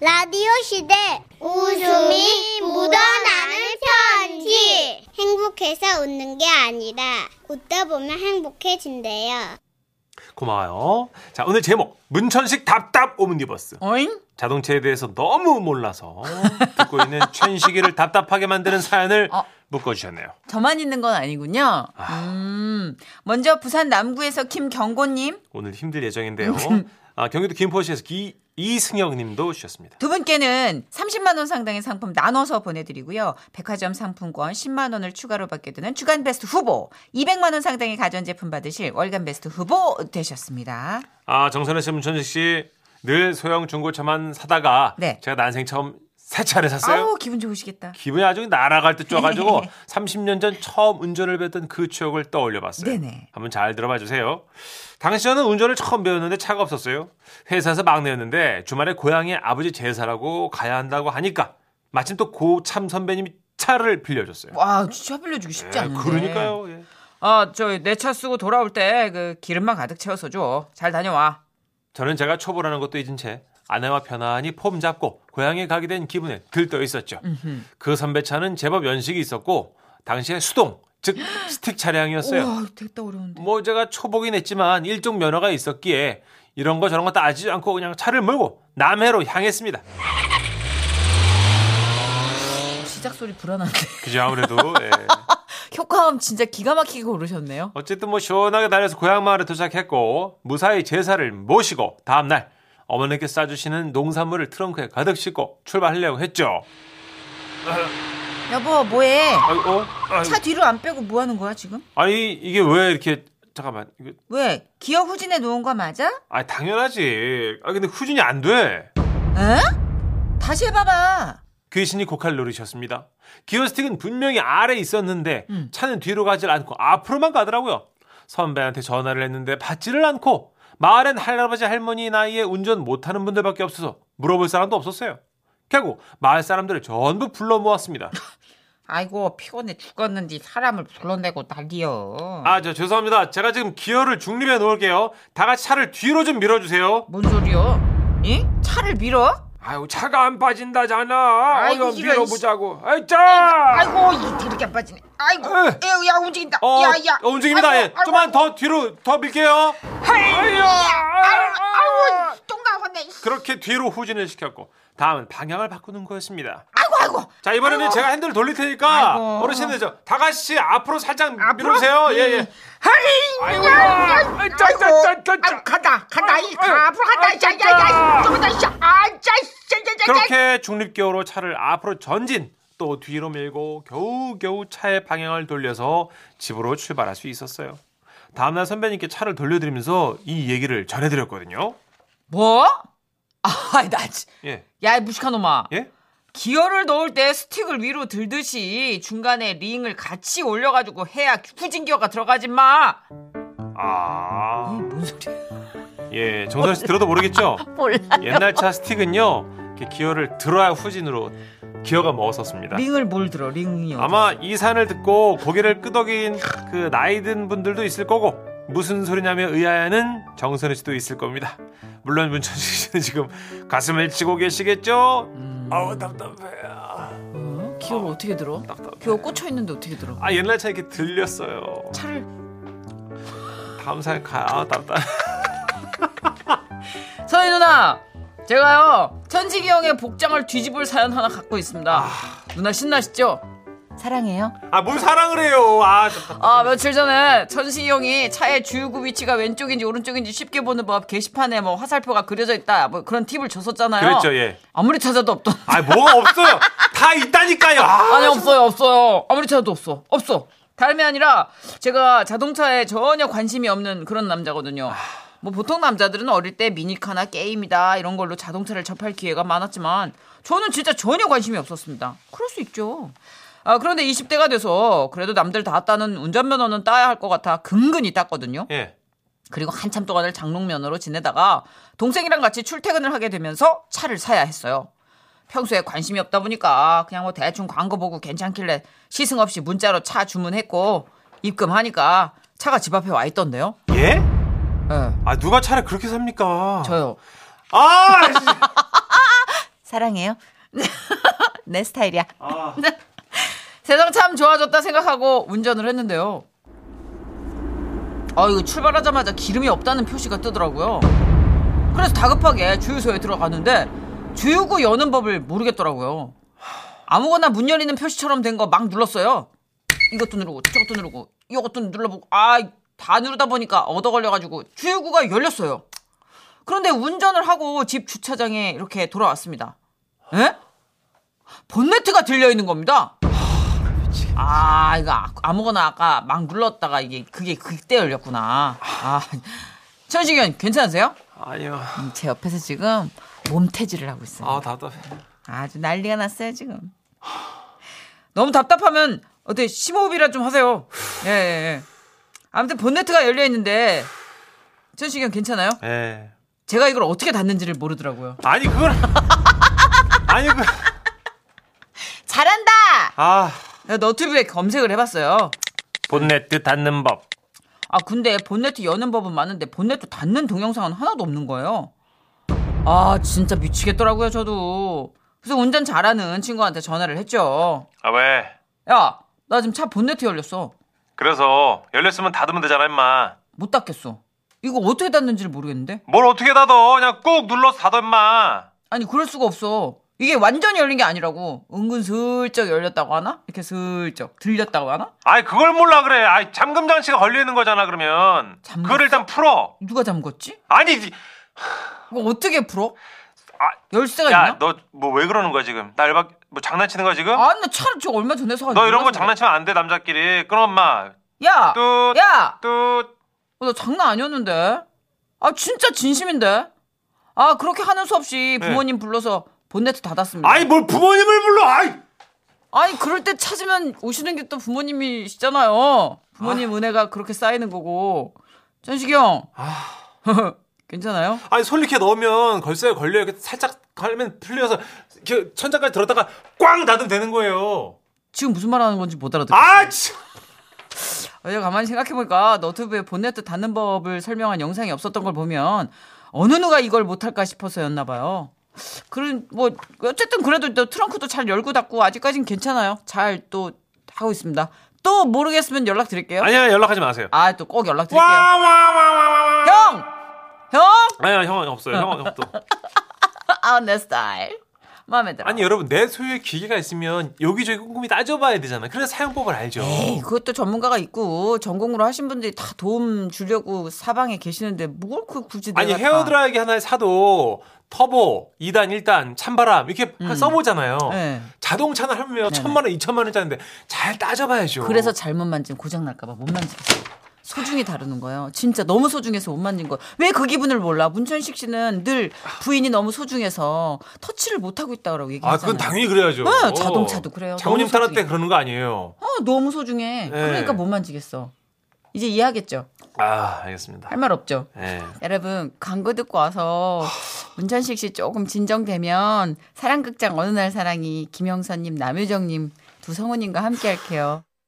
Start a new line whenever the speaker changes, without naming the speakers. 라디오 시대 웃음이 묻어나는 편지 행복해서 웃는 게 아니라 웃다 보면 행복해진대요.
고마워요. 자, 오늘 제목. 문천식 답답 오므니버스.
어잉?
자동차에 대해서 너무 몰라서 듣고 있는 천식이를 답답하게 만드는 사연을
어.
묶어주셨네요.
저만 있는 건 아니군요. 음, 먼저 부산 남구에서 김경고님
오늘 힘들 예정인데요. 아, 경기도 김포시에서 기, 이승혁 님도 주셨습니다.
두 분께는 30만 원 상당의 상품 나눠서 보내드리고요. 백화점 상품권 10만 원을 추가로 받게 되는 주간 베스트 후보, 200만 원 상당의 가전제품 받으실 월간 베스트 후보 되셨습니다.
아, 정선혜 씨, 문천식 씨. 늘 소형 중고차만 사다가
네.
제가 난생 처음 새 차를 샀어요.
아우 기분 좋으시겠다.
기분이 아주 날아갈 듯 좋아가지고
네.
30년 전 처음 운전을 배웠던 그 추억을 떠올려봤어요.
네네.
한번 잘 들어봐 주세요. 당시 저는 운전을 처음 배웠는데 차가 없었어요. 회사에서 막내였는데 주말에 고향에 아버지 제사라고 가야 한다고 하니까 마침 또 고참 선배님이 차를 빌려줬어요.
와 진짜 빌려주기 쉽지
예,
않은데.
그러니까요. 예.
아저내 차 쓰고 돌아올 때 그 기름만 가득 채워서 줘. 잘 다녀와.
저는 제가 초보라는 것도 잊은 채 아내와 편안히 폼 잡고 고향에 가게 된 기분에 들떠 있었죠. 그 선배 차는 제법 연식이 있었고 당시에 수동 즉 스틱 차량이었어요.
우와 됐다 어려운데.
뭐 제가 초보긴 했지만 일종 면허가 있었기에 이런 거 저런 거 따지지 않고 그냥 차를 몰고 남해로 향했습니다.
시작 소리 불안한데.
그죠 아무래도 예.
효과음 진짜 기가 막히게 고르셨네요.
어쨌든 뭐 시원하게 달려서 고향 마을에 도착했고 무사히 제사를 모시고 다음 날 어머니께 싸주시는 농산물을 트렁크에 가득 싣고 출발하려고 했죠.
여보 뭐해?
아이, 어? 아이,
차 뒤로 안 빼고 뭐 하는 거야 지금?
아니 이게 왜 이렇게 잠깐만 이거
왜 기어 후진에 놓은 거 맞아?
아 당연하지. 아 근데 후진이 안 돼.
에? 다시 해봐봐.
귀신이 곡할 노릇이었습니다. 기어스틱은 분명히 아래에 있었는데 차는 뒤로 가질 않고 앞으로만 가더라고요. 선배한테 전화를 했는데 받지를 않고 마을엔 할아버지 할머니 나이에 운전 못하는 분들밖에 없어서 물어볼 사람도 없었어요. 결국 마을 사람들을 전부 불러 모았습니다.
아이고 피곤해 죽었는지 사람을 불러내고 난리여.
아 저 죄송합니다. 제가 지금 기어를 중립에 놓을게요. 다 같이 차를 뒤로 좀 밀어주세요.
뭔 소리여? 이 차를 밀어?
아유 차가 안 빠진다잖아.
아이고,
어서
이런
밀어보자고. 아이 짜.
아이고 이 뒤렇게 빠지네. 아이고
에휴.
에휴, 야 움직인다.
어,
야 야.
어, 움직입니다.
아이고,
예. 좀만 더 뒤로 더 밀게요. 아이고, 아이고,
아이고 똥가오네.
그렇게 뒤로 후진을 시켰고 다음은 방향을 바꾸는 거였습니다.
아이고 아이고.
자 이번에는 제가 핸들 돌릴 테니까
아이고.
어르신들 저다 같이 앞으로 살짝 밀어주세요. 예 예. 아이고,
아이고,
아이고,
음. 아이고,
짜, 짜, 짜, 짜, 짜.
아이고, 간다, 간다, 이
아이고,
앞으로 간다,
아이고,
야, 야,
진짜.
야, 저거다, 이 아, 짜, 짜, 짜, 짜, 짜.
그렇게 중립기어로 차를 앞으로 전진 또 뒤로 밀고 겨우겨우 차의 방향을 돌려서 집으로 출발할 수 있었어요. 다음날 선배님께 차를 돌려드리면서 이 얘기를 전해드렸거든요.
뭐? 아, 나, 지-
예
야, 이 무식한 놈아.
예.
기어를 넣을 때 스틱을 위로 들듯이 중간에 링을 같이 올려가지고 해야 후진 기어가 들어가지 마.
아.
뭔 소리야?
예, 정선 씨 들어도 모르겠죠?
몰라.
옛날 차 스틱은요, 이렇게 기어를 들어야 후진으로 기어가 먹었었습니다.
링을 뭘 들어? 링이요.
아마 이 산을 듣고 고개를 끄덕인 그 나이든 분들도 있을 거고 무슨 소리냐며 의아해하는 정선우 씨도 있을 겁니다. 물론 문천식 씨는 지금 가슴을 치고 계시겠죠? 아우 답답해.
어? 기어를 어떻게 들어?
답답해.
기어 꽂혀 있는데 어떻게 들어?
아 옛날 차 이렇게 들렸어요.
차를
다음 산 가. 아 답답.
서희 누나 제가요 천지기 형의 복장을 뒤집을 사연 하나 갖고 있습니다
아.
누나 신나시죠? 사랑해요
아뭘 사랑을 해요. 아 답답.
아 며칠 전에 천식이 형이 차의 주유구 위치가 왼쪽인지 오른쪽인지 쉽게 보는 법 게시판에 뭐 화살표가 그려져 있다 뭐 그런 팁을 줬었잖아요
그랬죠 예.
아무리 찾아도 없던
아 뭐가 없어요. 다 있다니까요. 아,
아니 없어요 없어요 아무리 찾아도 없어 없어 다름이 아니라 제가 자동차에 전혀 관심이 없는 그런 남자거든요 뭐 보통 남자들은 어릴 때 미니카나 게임이다 이런 걸로 자동차를 접할 기회가 많았지만 저는 진짜 전혀 관심이 없었습니다 그럴 수 있죠 아, 그런데 20대가 돼서 그래도 남들 다 따는 운전면허는 따야 할 것 같아 근근히 땄거든요
예.
그리고 한참 동안을 장롱면허로 지내다가 동생이랑 같이 출퇴근을 하게 되면서 차를 사야 했어요. 평소에 관심이 없다 보니까 그냥 뭐 대충 광고 보고 괜찮길래 시승 없이 문자로 차 주문했고 입금하니까 차가 집 앞에 와 있던데요.
예?
예.
아 누가 차를 그렇게 삽니까?
저요.
아, 씨.
사랑해요. 내 스타일이야.
아,
네. 세상 참 좋아졌다 생각하고 운전을 했는데요. 아 이거 출발하자마자 기름이 없다는 표시가 뜨더라고요. 그래서 다급하게 주유소에 들어가는데 주유구 여는 법을 모르겠더라고요. 아무거나 문 열리는 표시처럼 된 거 막 눌렀어요. 이것도 누르고 저것도 누르고 이것도 눌러보고 아 다 누르다 보니까 얻어 걸려가지고 주유구가 열렸어요. 그런데 운전을 하고 집 주차장에 이렇게 돌아왔습니다. 에? 본네트가 들려 있는 겁니다. 아 이거 아- 아무거나 아까 막 눌렀다가 이게 그게 그때 열렸구나. 아 천식이형 괜찮으세요?
아니요.
음, 제 옆에서 지금 몸태지를 하고 있어요.
아, 답답해.
아주 난리가 났어요 지금.
너무 답답하면 어때 심호흡이라 좀 하세요. 예, 예, 예. 아무튼 본네트가 열려 있는데 천식이형 괜찮아요?
예.
제가 이걸 어떻게 닫는지를 모르더라고요.
아니, 그걸. 아니, 그.
잘한다.
아,
그래서 네, 너튜브에 검색을 해봤어요.
본네트 닫는 법.
아 근데 본네트 여는 법은 많은데 본네트 닫는 동영상은 하나도 없는 거예요. 아 진짜 미치겠더라고요 저도. 그래서 운전 잘하는 친구한테 전화를 했죠.
아, 왜?
야, 나 지금 차 본네트 열렸어.
그래서 열렸으면 닫으면 되잖아, 임마.
못 닫겠어. 이거 어떻게 닫는지를 모르겠는데?
뭘 어떻게 닫어? 그냥 꾹 눌러서 닫어, 임마.
아니, 그럴 수가 없어. 이게 완전히 열린 게 아니라고. 은근슬쩍 열렸다고 하나? 이렇게 슬쩍 들렸다고 하나?
아이, 그걸 몰라 그래. 아이, 잠금 장치가 걸려 있는 거잖아, 그러면.
잠금
그걸 일단 풀어.
누가 잠궜지?
아니, 이-
이거 어떻게 풀어?
아,
열쇠가
야,
있나?
너 뭐 왜 그러는 거야, 지금? 나 열받 뭐 장난치는 거야, 지금?
아, 나 차를 저 얼마 전에 사가지고.
너 이런 거
몰라서 그래.
장난치면 안 돼, 남자끼리. 끊어, 엄마.
야!
뚜,
야!
뚜.
어, 나 장난 아니었는데. 아, 진짜 진심인데. 아, 그렇게 하는 수 없이
네.
부모님 불러서 본네트 닫았습니다.
아이, 뭘 부모님을 불러, 아이!
아니 그럴 때 찾으면 오시는 게 또 부모님이시잖아요. 부모님 은혜가 그렇게 쌓이는 거고. 전식이 형.
아.
괜찮아요?
아니, 솔리케 넣으면 걸쇠에 걸려 이렇게 살짝 걸면 풀려서 이렇게 천장까지 들었다가 꽝 닫으면 되는 거예요.
지금 무슨 말 하는 건지 못 알아듣고.
아, 참.
어제 가만히 생각해보니까 너튜브에 본네트 닫는 법을 설명한 영상이 없었던 걸 보면 어느 누가 이걸 못할까 싶어서였나 봐요. 그런 뭐 어쨌든 그래도 또 트렁크도 잘 열고 닫고 아직까진 괜찮아요. 잘 또 하고 있습니다. 또 모르겠으면 연락 드릴게요.
아니야, 연락하지 마세요.
아 또 꼭 연락
와,
드릴게요.
와, 와, 와, 와.
형, 형.
아니야, 형은 없어요. 형은 없어.
아, 내 스타일. 마음에 들어.
아니 여러분 내 소유의 기계가 있으면 여기저기 꼼꼼히 따져봐야 되잖아. 그래서 사용법을 알죠.
에이, 그것도 전문가가 있고 전공으로 하신 분들이 다 도움 주려고 사방에 계시는데 뭘 그 굳이 내가
아니
다.
헤어드라이기 하나 사도 터보 2단 1단 찬바람 이렇게 써보잖아요.
네.
자동차나 하면 천만 원, 이천만 원짜리인데 잘 따져봐야죠.
그래서 잘못 만지면 고장 날까봐 못 만지겠어요. 소중히 다루는 거예요. 진짜 너무 소중해서 못 만진 거. 왜 그 기분을 몰라? 문천식 씨는 늘 부인이 너무 소중해서 터치를 못 하고 있다고 얘기했잖아요.
아 그건 당연히 그래야죠.
네, 자동차도 그래요.
장모님
너무
따라
소중해.
때 그러는 거 아니에요.
어, 너무
예.
소중해. 그러니까 못 만지겠어. 이제 이해하겠죠?
아 알겠습니다.
할 말 없죠?
예.
여러분 광고 듣고 와서 문천식 씨 조금 진정되면 사랑극장 어느 날 사랑이 김영선님 남유정님 두 성우님과 함께 할게요.